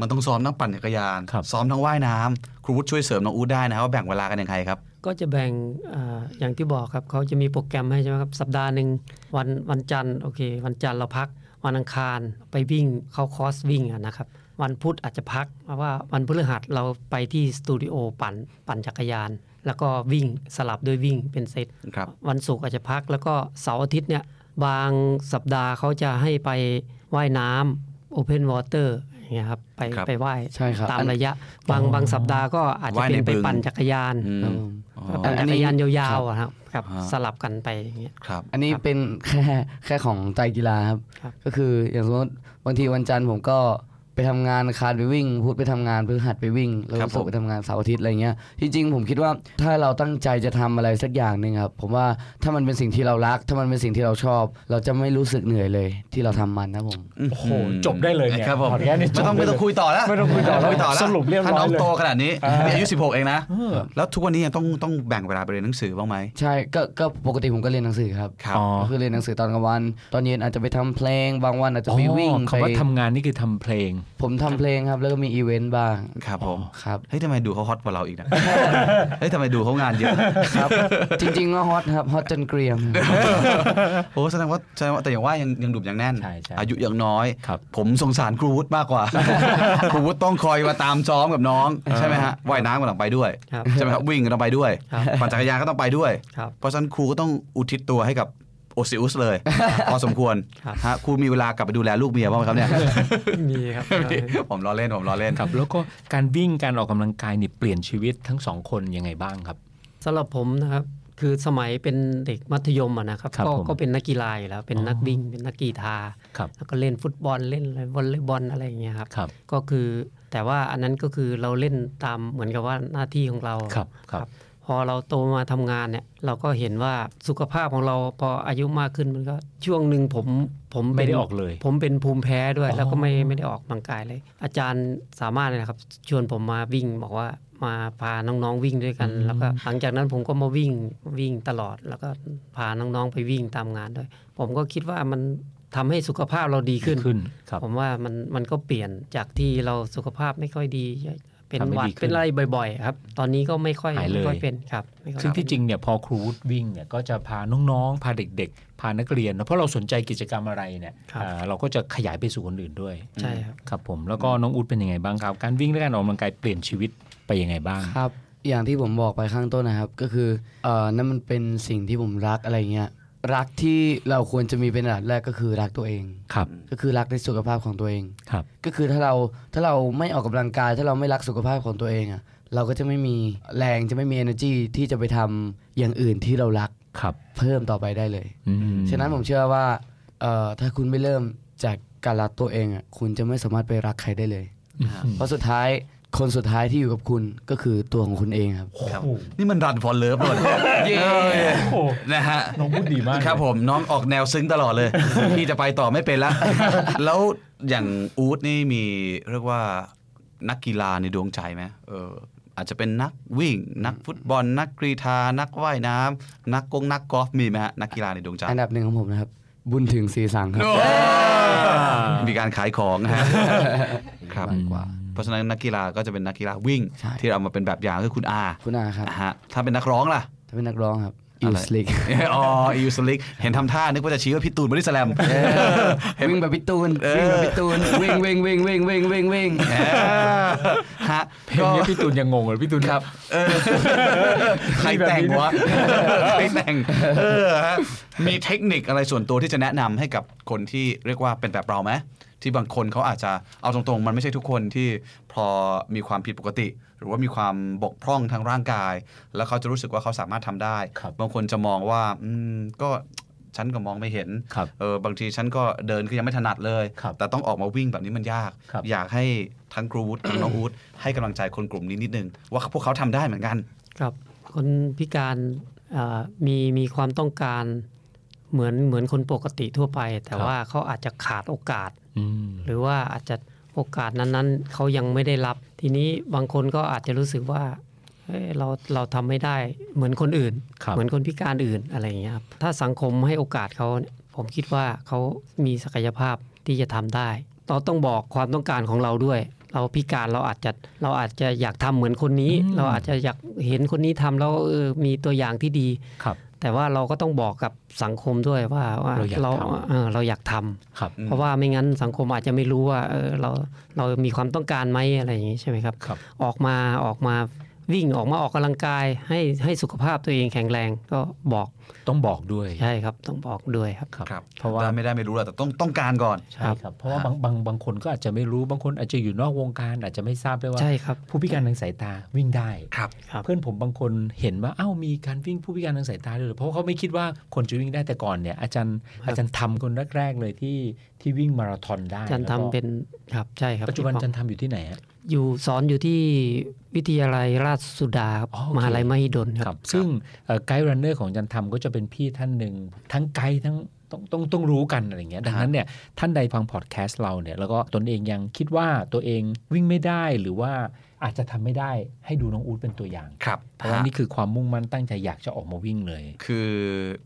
S2: มันต้องซ้อมทั้งปั่นจักรยาน
S3: ครับ
S2: ซ้อมทั้งว่ายน้ำครูวุฒิช่วยเสริมน้องอูดได้นะครับว่าแบ่งเวลากันยังไงครับ
S5: ก็จะแบ่งอาอย่างที่บอกครับเขาจะมีโปรแกรมให้ใช่ไหมครับ สัปดาห์หนึ่งวันวันจันทร์โอเค วันจันทร์เราพัก วันอังคารไปวิ่งเข้าคอร์สวิ่งอะนะครับ วันพุธอาจจะพัก เพราะว่าวันพฤหัสเราไปที่สตูดิโอปั่นปั่นจักรยาน แล้วก็วิ่งสลับด้วยวิ่งเป็นเซต
S2: ครับ
S5: วันศุกร์อาจจะพักแล้วก็เสาร์อาทิตย์เนี่ยบางสัปดาห์เขาจะให้ไปว่ายน้ำ Open Water อย่างเงี้ยครับไป
S2: ครับ
S5: ไปว่าย
S4: ใช่ครับ
S5: ตาม
S4: อัน
S5: ระยะ บางบางสัปดาห์ก็อาจจะ
S2: ว่าย
S5: เป็
S2: ใน
S5: นไป
S2: บึง
S5: ปั่นจักรยาน
S2: อืม
S4: ค
S2: อ๋
S4: รับผม
S2: อ
S5: ปั่นจักรยานยาวๆอะครับครับ
S2: อ่า
S5: สลับกันไปอย่างเงี้ย
S2: ครับ
S4: อันนี้เป็น แค่แค่ของใจกีฬาครับ
S5: ครับ
S4: ก็คืออย่างสมมติบางทีวันจันทร์ผมก็ไปทำงานอังคารไปวิ่ง พุธไปทำงานพฤหัสไปวิ่ง แล้ว
S2: ครับ
S4: ศุ
S2: ผม
S4: กร์ไปทำงานเสาร์อาทิตย์อะไรเงี้ยจริงๆผมคิดว่าถ้าเราตั้งใจจะทำอะไรสักอย่างหนึ่งครับผมว่าถ้ามันเป็นสิ่งที่เรารัก ถ้ามันเป็นสิ่งที่เราชอบ เราจะไม่รู้สึกเหนื่อยเลย ที่เราทำมันนะผม
S3: โอ้โหจบได้เลยเนี่ย
S2: ครับผม
S3: พอดแคสต์นี่จบ
S2: ไม่ต้องไม่ต้องคุยต่อแล้ว
S3: ไม่ต้องคุยต่อแล้ว
S2: แล้ว
S3: สรุปเรียบร้อย
S2: ถ้าน้อง
S3: เลย
S2: โตขนาดนี้นี่อายุ 16 เองนะ แล้วทุกวันนี้ยังต้องต้องแบ่งเวลาไปเรียนหนังสือบ้างไหม
S4: ใช่ก็ก็ปกติผมก็เรียนหนังสือครับ
S2: ครับ
S3: อ๋อ
S4: ก็คือเรียนหนังสือตอนกลางวัน ตอนเย็นอาจจะไปทำเพลง บางวันอาจจะไปวิ่ง
S3: อ๋อคำ
S4: ไป
S3: ว่าทำงานนี่คือทำเพลง
S4: ผมทำเพลงครับแล้วก็มีอีเวนต์บ้าง
S2: ครับผม
S4: ครับ
S2: เฮ้ยทำไมดูเขาฮอตกว่าเราอีกนะ เฮ้ยทำไมดูเขางานเยอะ
S4: ครับ จริงๆก็ฮอตครับฮอตจนเกรียม
S2: โอ้ แสดงว่าแสดงว่าแต่อย่างว่ายังยังดุบยังแน่น
S3: ใช่ใช่
S2: อายุยังน้อย
S3: ครับ
S2: ผมสงสารครูวุฒิมากก ว่า ครูวุฒิต้องคอยมาตามซ้อมกับน้อง ใช่ไหมฮะว่ายน้ำก็ต้องไปด้วย
S5: ครับ
S2: ใช่ไหมครับวิ่งก็ต้องไปด้วย
S5: ครับ
S2: ปั่นจักรยานก็ต้องไปด้วย
S5: ครับ
S2: เพราะฉะนั้นครูก็ต้องอุทิศตัวให้กับโอซิอุสเลย พอสมควร
S5: ครับ
S2: ฮะครูมีเวลากลับไปดูแลลูกเมียบ้างไหม ครับเนี่ย
S5: มีครับ
S2: ผมล้อเล่นผมล้อเล่น
S3: ครับแล้วก็การวิ่งการออกกำลังกายนี่เปลี่ยนชีวิตทั้งสองคนยังไงบ้างครับ
S5: สำหรับผมนะครับคือสมัยเป็นเด็กมัธยมอะนะครับ
S3: ครับ
S5: ก็
S3: ผม
S5: ก็เป็นนักกีฬาอยู่แล้วเป็นนักวิ่งเป็นนักกีฬา
S3: ครับ
S5: แล้วก็เล่นฟุตบอลเล่นอะไรวอลเลย์บอลอะไรอย่างเงี้ยครับ
S3: ครับ
S5: ก็คือแต่ว่าอันนั้นก็คือเราเล่นตามเหมือนกับว่าหน้าที่ของเรา
S3: ครับครับ
S5: พอเราโตมาทำงานเนี่ยเราก็เห็นว่าสุขภาพของเราพออายุมากขึ้นมันก็ช่วงหนึ่งผมผมเป็น
S3: ไม่ได้ออกเลย
S5: ผมเป็นภูมิแพ้ด้วย
S3: อ๋อ
S5: แล้วก็ไม่ไม่ได้ออกกำลังกายเลย อาจารย์สามารถเนยนะครับ ชวนผมมาวิ่งบอกว่ามาพาน้องๆวิ่งด้วยกัน
S3: อืม
S5: แล้วก็หลังจากนั้นผมก็มาวิ่งวิ่งตลอด แล้วก็พาน้องๆไปวิ่งตามงานด้วย ผมก็คิดว่ามัน ทำให้สุขภาพเราดีขึ้น
S3: ขึ้นครับ
S5: ผมว่ามันมันก็เปลี่ยนจากที่เราสุขภาพไม่ค่อยดีเป็น
S3: ทำให้
S5: หวัด
S3: ดีขึ้น
S5: เป็นอะไรบ่อย ๆ ครับ ตอนนี้ก็ไม่ค่อย
S3: หายเลย
S5: ไม่ค่อยเป็นครับไม่ค่อย
S3: ซึ่งที่
S5: เป็น
S3: จริงเนี่ยพอครูวุฒิวิ่งเนี่ยก็จะพาน้องๆ พาเด็กๆ พานักเรียนนะเพราะเราสนใจกิจกรรมอะไรเนี่ย
S5: ครับ
S3: อ่าเราก็จะขยายไปสู่คนอื่นด้วย
S5: ใช่ครับ
S3: ครับผมแล้วก็น้องอุดเป็นยังไงบ้างครับ การวิ่งและการออกกำลังกายเปลี่ยนชีวิตไปยังไงบ้าง
S4: ครับ อย่างที่ผมบอกไปข้างต้นนะครับ ก็คือเอ่อนั่นมันเป็นสิ่งที่ผมรักอะไรเงี้ย รักที่เราควรจะมีเป็นอันดับแรกก็คือรักตัวเอง
S3: ครับ
S4: ก็คือรักในสุขภาพของตัวเอง
S3: ครับ
S4: ก็คือถ้าเราถ้าเราไม่ออกกำลังกาย ถ้าเราไม่รักสุขภาพของตัวเองอะ่ะ เราก็จะไม่มีแรงจะไม่มี energy ที่จะไปทำอย่างอื่นที่เรารัก
S3: ครับ
S4: เพิ่มต่อไปได้เลย
S3: อืม
S4: ฉะนั้นผมเชื่อว่าเอ่อถ้าคุณไม่เริ่มจากการรักตัวเองอะ่ะคุณจะไม่สามารถไปรักใครได้เลย เพราะสุดท้ายคนสุดท้ายที่อยู่กับคุณก็คือตัวของคุณเองครับ
S2: ครับนี่มันรันฟอร์เลิฟเลยเย้นะฮะ
S3: น้องพูดดีมาก
S2: ครับผมน้องออกแนวซึ้งตลอดเลย พี่จะไปต่อไม่เป็นละ แล้วอย่างอู๊ดนี่มีเรียกว่านักกีฬาในดวงใจไหมเอออาจจะเป็นนักวิ่ง นักฟุตบอล นักกรีธา นักว่ายน้ำนักกงนักกอล์ฟมีไหมฮะนักกีฬาในดวงใจ
S4: อันดับหนึ่งของผมนะครับ บุญถึงสีสังครับ
S2: โอ้มีการขายของนะฮะครับ
S4: มากกว่า
S2: เพราะฉะนั้นนักกีฬาก็จะเป็นนักกีฬาวิ่ง
S4: ใช่
S2: ที่เรามาเป็นแบบอย่างคือคุณอา
S4: คุณอาครับ
S2: นะฮะถ้าเป็นนักร้องล่ะ
S4: ถ้าเป็นนักร้องครับอิ
S2: อะ
S4: ว
S2: ไร
S4: สลิก
S2: อ๋ออิวสลิกเห็นทำท่านึกว่าจะชี้ว่าพี่ตูนบอดี้สแลม
S4: วิ่งแบบพี่ตูน
S2: เออ
S4: วิ่งแบบพี่ตูนวิ่งวิ่งวิ่งวิ่งวิ่งวิ่งวิ่ง
S2: เออฮะ
S3: เพลงนี้พี่ตูนยังงงเลยพี่ตูนครับ
S2: ใครแต่งวะใครแต่งเออฮะมีเทคนิคอะไรส่วนตัวที่จะแนะนำให้กับคนที่เรียกว่าเป็นแบบเราไหมที่บางคนเขาอาจจะเอาตรงๆ มันไม่ใช่ทุกคนที่พอมีความผิดปกติ หรือว่ามีความบกพร่องทางร่างกาย แล้วเขาจะรู้สึกว่าเขาสามารถทำได้
S3: ครับ
S2: บางคนจะมองว่าอืมก็ฉันก็มองไม่เห็น
S3: ครับ
S2: เออบางทีฉันก็เดินก็ยังไม่ถนัดเลย
S3: ครับ
S2: แต่ต้องออกมาวิ่งแบบนี้มันยาก
S3: ครับ
S2: อยากให้ทั้งครูวุฒิ ทั้งน้องอูดให้กำลังใจคนกลุ่มนี้นิดนึง ว่าพวกเขาทำได้เหมือนกัน
S5: ครับคนพิการเอ่อมีมีความต้องการเหมือนเหมือนคนปกติทั่วไป แต่
S3: ครับ
S5: ว่าเขาอาจจะขาดโอกาส
S3: อืม
S5: หรือว่าอาจจะโอกาสนั้นๆเขายังไม่ได้รับ ทีนี้บางคนก็อาจจะรู้สึกว่าเอ้ยเราเราทำไม่ได้เหมือนคนอื่น
S3: ครับ
S5: เหมือนคนพิการอื่นอะไรอย่างเงี้ยครับถ้าสังคมให้โอกาสเขาเนี่ยผมคิดว่าเขามีศักยภาพที่จะทำได้เราต้องบอกความต้องการของเราด้วย เราพิการเราอาจจะเราอาจจะอยากทำเหมือนคนนี้ เราอาจจะอยากเห็นคนนี้ทำแล้วเออมีตัวอย่างที่ดี
S3: ครับ
S5: แต่ว่าเราก็ต้องบอกกับสังคมด้วยว่าว่า
S3: เราอยาก
S5: เรา
S3: ทำ
S5: เออเราอยากทำ
S3: ครับ
S2: อืม
S5: เพราะว่าไม่งั้นสังคมอาจจะไม่รู้ว่าเออเราเรามีความต้องการไหมอะไรอย่างนี้ใช่ไหมครับ
S3: ครับ
S5: ออกมาออกมาวิ่งออกมาออกกำลังกาย ให้ให้สุขภาพตัวเองแข็งแรงก็บอก
S3: ต้องบอกด้วย
S5: ใช่ครับต้องบอกด้วยครับ
S2: ครับ
S3: เพราะว่า
S2: ได้ไม่ได้ไม่รู้หรอกแต่ต้องต้องการก่อน
S3: ใช่ครับ เพราะว่าบางบางบางคนก็อาจจะไม่รู้บางคนอาจจะอยู่นอกวงการอาจจะไม่ทราบด้วยว่า
S5: ใช่ครับ
S3: ผู้พิการทางสายตาวิ่งได้
S2: ครับ
S5: ครับ
S3: เพื่อนผมบางคนเห็นว่าเอ้ามีการวิ่งผู้พิการทางสายตาด้วยเหรอเพราะเขาไม่คิดว่าคนจะวิ่งได้แต่ก่อนเนี่ยอาจารย์อาจารย์ทำคนแรกๆเลยที่ที่วิ่งมาราธอนได้
S5: จันทำ
S3: แล้วก็
S5: เป็นครับใช่ครับ
S3: ปัจจุบัน
S5: พี่
S3: จั
S5: ป้อง
S3: นทำอยู่ที่ไหนฮะ
S5: อยู่สอนอยู่ที่วิทยาลัยราชสุดาครับ
S3: อ๋อโอเค
S5: มหาลัยมหิดล
S3: ค
S5: ค
S3: รั
S5: รั
S3: บบ ซึ่งไกด์รันเนอร์ของจันทำก็จะเป็นพี่ท่านหนึ่งทั้งไกด์ทั้งต้องต้องต้องรู้กันอะไรอย่างเงี้ยดังนั้นเนี่ยท่านใดฟังพอดแคสต์เราเนี่ยแล้วก็ตนเองยังคิดว่าตัวเองวิ่งไม่ได้หรือว่าอาจจะทำไม่ได้ให้ดูน้องอู๊ดเป็นตัวอย่าง
S2: ครับ
S3: เพราะว่า
S2: ฮะ
S3: นี่คือความมุ่งมั่นตั้งใจอยากจะออกมาวิ่งเลย
S2: คือ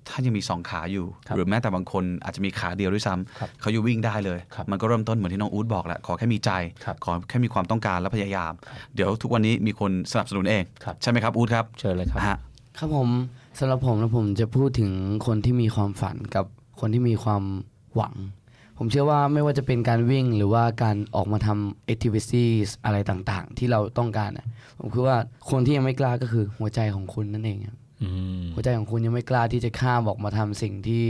S2: ถ้ายังมีสองขาอยู่
S3: ครับ
S2: หรือแม้แต่บางคนอาจจะมีขาเดียวด้วยซ้ำ
S3: ครับ
S2: เขาอยู่วิ่งได้เลย
S3: ครับ
S2: มันก็เริ่มต้นเหมือนที่น้องอู๊ดบอกแหละขอแค่มีใจ
S3: ครับ
S2: ขอแค่มีความต้องการและพยายาม เดี๋ยวทุกวันนี้มีคนสนับสนุนเอง
S3: ครับ
S2: ใช่ไหมครับอู๊ดครับ
S3: เชิญเลยครับ
S2: ฮะ
S4: ครับผมสำหรับผมแล้วผมจะพูดถึงคนที่มีความฝันกับคนที่มีความหวัง ผมเชื่อว่าไม่ว่าจะเป็นการวิ่งหรือว่าการออกมาทำ activities อะไรต่างๆ ที่เราต้องการน่ะผมคือว่าคนที่ยังไม่กล้าก็คือหัวใจของคุณนั่นเองครับ
S3: อืม
S4: หัวใจของคุณยังไม่กล้าที่จะข้ามออกมาทำสิ่งที่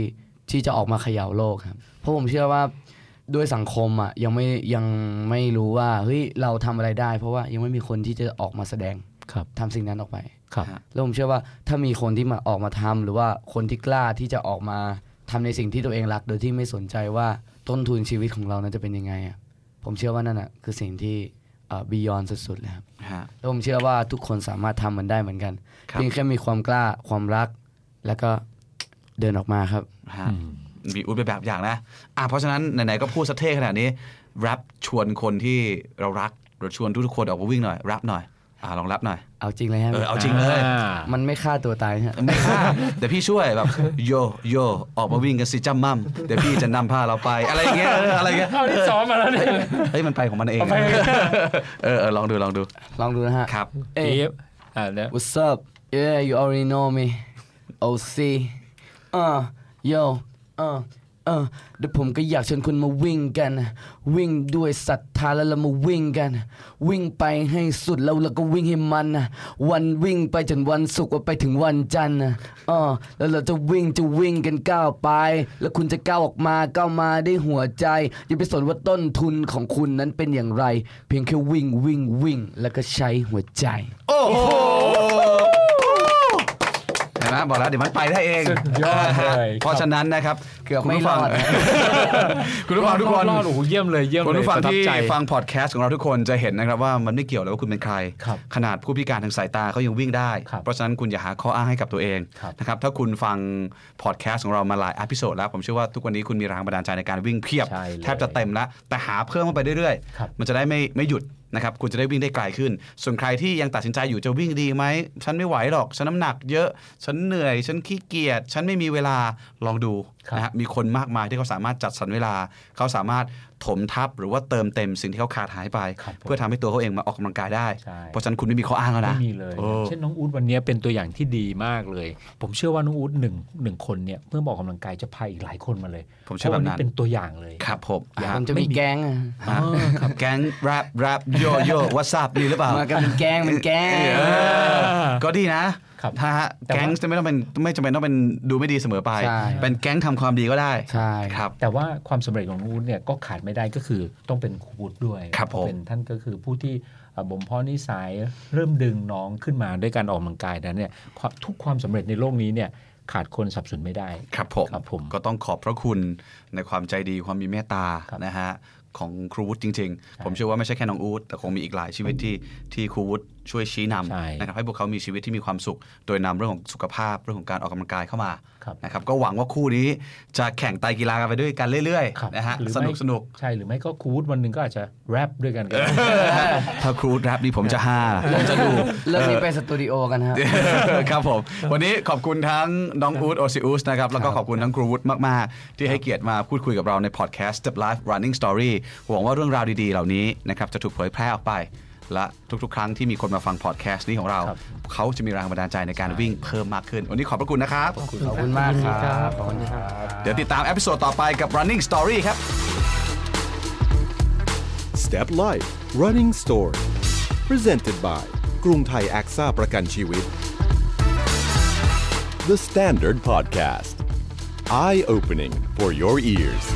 S4: ที่จะออกมาเขย่าโลกครับ เพราะผมเชื่อว่าด้วยสังคมอ่ะยังไม่ยังไม่รู้ว่าเฮ้ยเราทำอะไรได้ เพราะว่ายังไม่มีคนที่จะออกมาแสดง
S3: ครับ
S4: ทำสิ่งนั้นออกไป
S3: ครับ
S4: แล้วผมเชื่อว่าถ้ามีคนที่มาออกมาทำหรือว่าคนที่กล้าที่จะออกมาทำในสิ่งที่ตัวเองรัก โดยที่ไม่สนใจว่าต้นทุนชีวิตของเรานั้นจะเป็นยังไงอะผมเชื่อว่านั่นอ่ะคือสิ่งที่บียอนสุดๆเลยครับ
S2: ฮะ
S4: แล้วผมเชื่อว่าทุกคนสามารถทำมันได้เหมือนกัน
S2: ครับ
S4: เพียงแค่มีความกล้าความรัก แล้วก็เดินออกมาครับ
S2: ฮะมีอุ้ดเป็นแบบอย่างนะอ่ะเพราะฉะนั้นไหนๆก็พูดสะเท่ขนาดนี้แรปชวนคนที่เรารักหรือชวนทุกๆคนออกมาวิ่งหน่อยแรปหน่อย อ่าลองรับหน่อย
S4: เอาจริงเลยฮะ
S2: เออเอาจริงเลย
S3: อ่า
S4: มันไม่ฆ่าตัวตายฮะ
S2: ไม่ฆ่าเดี๋ยวพี่ช่วยแบบโยโยออกมาวิ่งกันสิจ้ำมั่มเดี๋ยวพี่จะนำพาเราไปอะไรอย่างเงี้ยเอออะไรอย่างเงี้ย
S3: เอาที่ซ้อมมาแล้วเนี่ย
S2: เฮ้ยมันไปของมันเอง
S3: เอาไปเอง
S2: เออเออลองดูลองดู
S4: ลองดูนะฮะ
S2: ครับ
S4: เอ้ย
S3: เอฟอ่าแล้ว
S4: What's up Yeah you already know me OC อ่า yo อ่าอ่าเดี๋ยวผมก็อยากชวนคุณมาวิ่งกัน วิ่งด้วยศรัทธาแล้วเรามาวิ่งกัน วิ่งไปให้สุดแล้วเราก็วิ่งให้มันนะวันวิ่งไปจนวันศุกร์ว่าไปถึงวันจันทร์นะอ่าแล้วเราจะวิ่งจะวิ่งกันก้าวไป แล้วคุณจะก้าวออกมาก้าวมาได้หัวใจ อย่าไปสนว่าต้นทุนของคุณนั้นเป็นอย่างไร เพียงแค่วิ่งวิ่งวิ่งแล้วก็ใช้หัวใจ
S2: โอ้โหเห็นไหมบอกแล้วเดี๋ยวมันไปได้เอง
S3: สุดยอดเลย
S2: เพราะฉะนั้นนะครับ
S4: เกือบ
S2: คุณผู้ฟัง
S4: ไม่รอด
S2: คุณผู้ฟังทุกคน
S3: รอดๆโอ้โหเยี่ยมเลยเยี่ยม
S2: คน
S3: เลย
S2: ผู้ฟัง
S3: ประทับ
S2: ที่
S3: ใจ
S2: ฟังพอดแคสต์ของเราทุกคนจะเห็นนะครับว่ามันไม่เกี่ยวเลยว่าคุณเป็นใคร
S3: ครับ
S2: ขนาดผู้พิการทางสายตาเขายังวิ่งได้
S3: ครับ
S2: เพราะฉะนั้นคุณอย่าหาข้ออ้างให้กับตัวเอง
S3: ครับ
S2: นะครับถ้าคุณฟังพอดแคสต์ของเรามาหลายอพิโซดแล้ว ผมเชื่อว่าทุกวันนี้คุณมีแรงบันดาลใจในการวิ่งเพียบ
S3: ใช่เลย
S2: แทบจะเต็มแล้ว แต่หาเพิ่มเข้าไปเรื่อย
S3: ครับ
S2: ๆ มันจะได้ไม่ไม่หยุดนะครับคุณจะได้วิ่งได้ไกลขึ้น ส่วนใครที่ยังตัดสินใจอยู่จะวิ่งดีไหมฉันไม่ไหวหรอกฉันน้ำหนักเยอะ ฉันเหนื่อย ฉันขี้เกียจฉันไม่มีเวลาลองดู
S3: ครับ
S2: นะฮะ มีคนมากมายที่เขาสามารถจัดสรรเวลา เขาสามารถถมทับหรือว่าเติมเต็มสิ่งที่เขาขาดหายไป
S3: ครับผม
S2: เพื่อทำให้ตัวเขาเองมาออกกำลังกายได้
S3: ใช่
S2: เพราะฉะนั้นคุณไม่มีข้ออ้างแล้วนะ
S3: ไม่มีเลย
S2: โอ้
S3: เช่นน้องอู๊ดวันนี้เป็นตัวอย่างที่ดีมากเลย ผมเชื่อว่าน้องอู๊ดหนึ่งหนึ่งคนเนี่ยเพื่อบอกกำลังกายจะพาอีกหลายคนมาเลย
S2: ผมเชื่อ
S3: พราะวั
S2: แบบนั้น
S3: เป็นตัวอย่างเลย
S2: ครับผม
S3: อยาก
S2: ฮะ
S4: มันจะมีแก๊งอะ
S2: ฮะแก๊งแรปแรปโยโย่วัส p นี่หรือเปล่า
S4: มากันเป็นแก๊งเป็นแก๊ง
S2: เออก็ดีนะครับ ถ้าฮะ
S3: แต่ว่า
S2: แก๊งจะไม่ต้องเป็นไม่จำเป็นต้องเป็นดูไม่ดีเสมอไป
S4: ใช่
S2: เป็นแก๊งทำความดีก็ได้
S4: ใช่
S2: ครับ
S3: แต่ว่าความสำเร็จของน้องอู๊ดเนี่ยก็ขาดไม่ได้ก็คือต้องเป็นครูบูดด้วย
S2: ครับผม
S3: เป็นท่านก็คือผู้ที่เอ่อบ่มเพาะนิสัยเริ่มดึงน้องขึ้นมาด้วยการออกกำลังกายนั้นเนี่ยความทุกความสำเร็จในโลกนี้เนี่ยขาดคนสนับสนุนไม่ได้
S2: ครับผม
S3: ครับผม
S2: ก็ต้องขอบพระคุณในความใจดีความมีเมตตานะฮะของครูวุฒิจริง ๆ ผมเชื่อว่าไม่ใช่แค่น้องอู๊ดแต่คงมีอีกหลายชีวิตที่ที่ครูวุฒิช่วยชี้น
S3: ใช่
S2: ำนะครับให้พวกเขามีชีวิตที่มีความสุข โดยนำเรื่องของสุขภาพเรื่องของการออกกำลังกายเข้ามา
S3: ครับ
S2: นะครับก็หวังว่าคู่นี้จะแข่งไตรกีฬากันไปด้วยกันเรื่อย
S3: ครับ
S2: ๆนะฮะ
S3: หรือ
S2: ส
S3: ไม่
S2: นุกสนุก
S3: ใช่หรือไม่ก็ครูบูดวันหนึ่งก็อาจจะแรปด้วยกันก็ได้
S2: ถ้าครูวุฒิรับนี่ผมจะห้าผมจะดู
S4: เริ่มนี้ไปสตูดิโอกันฮะ
S2: ครับผม วันนี้ขอบคุณทั้งน้องอูดโอซิอุสนะครับ แล้วก็ขอบคุณทั้งครูวุฒิมาก ๆ ที่ให้เกียรติมาพูดคุยกับเราในพอดแคสต์ Step Life Running Story หวังว่าเรื่องราวดี ๆ เหล่านี้นะครับจะถูกเผยแพร่ออกไป และทุก ๆ ครั้งที่มีคนมาฟังพอดแคสต์นี้ของเรา
S3: ครับ
S2: เขาจะมีแรงบันดาลใจในการวิ่งเพิ่มมากขึ้น วันนี้ขอบพระคุณนะครับ
S4: ขอบคุณมากครับ
S5: ขอบคุณครับ
S2: เดี๋ยวติดตามเอพิโซดต่อไปกับ Running Story ครับ
S1: Step Life Running Story Presented by กรุงไทยแอคซ่าประกันชีวิต The Standard Podcast Eye Opening for Your Ears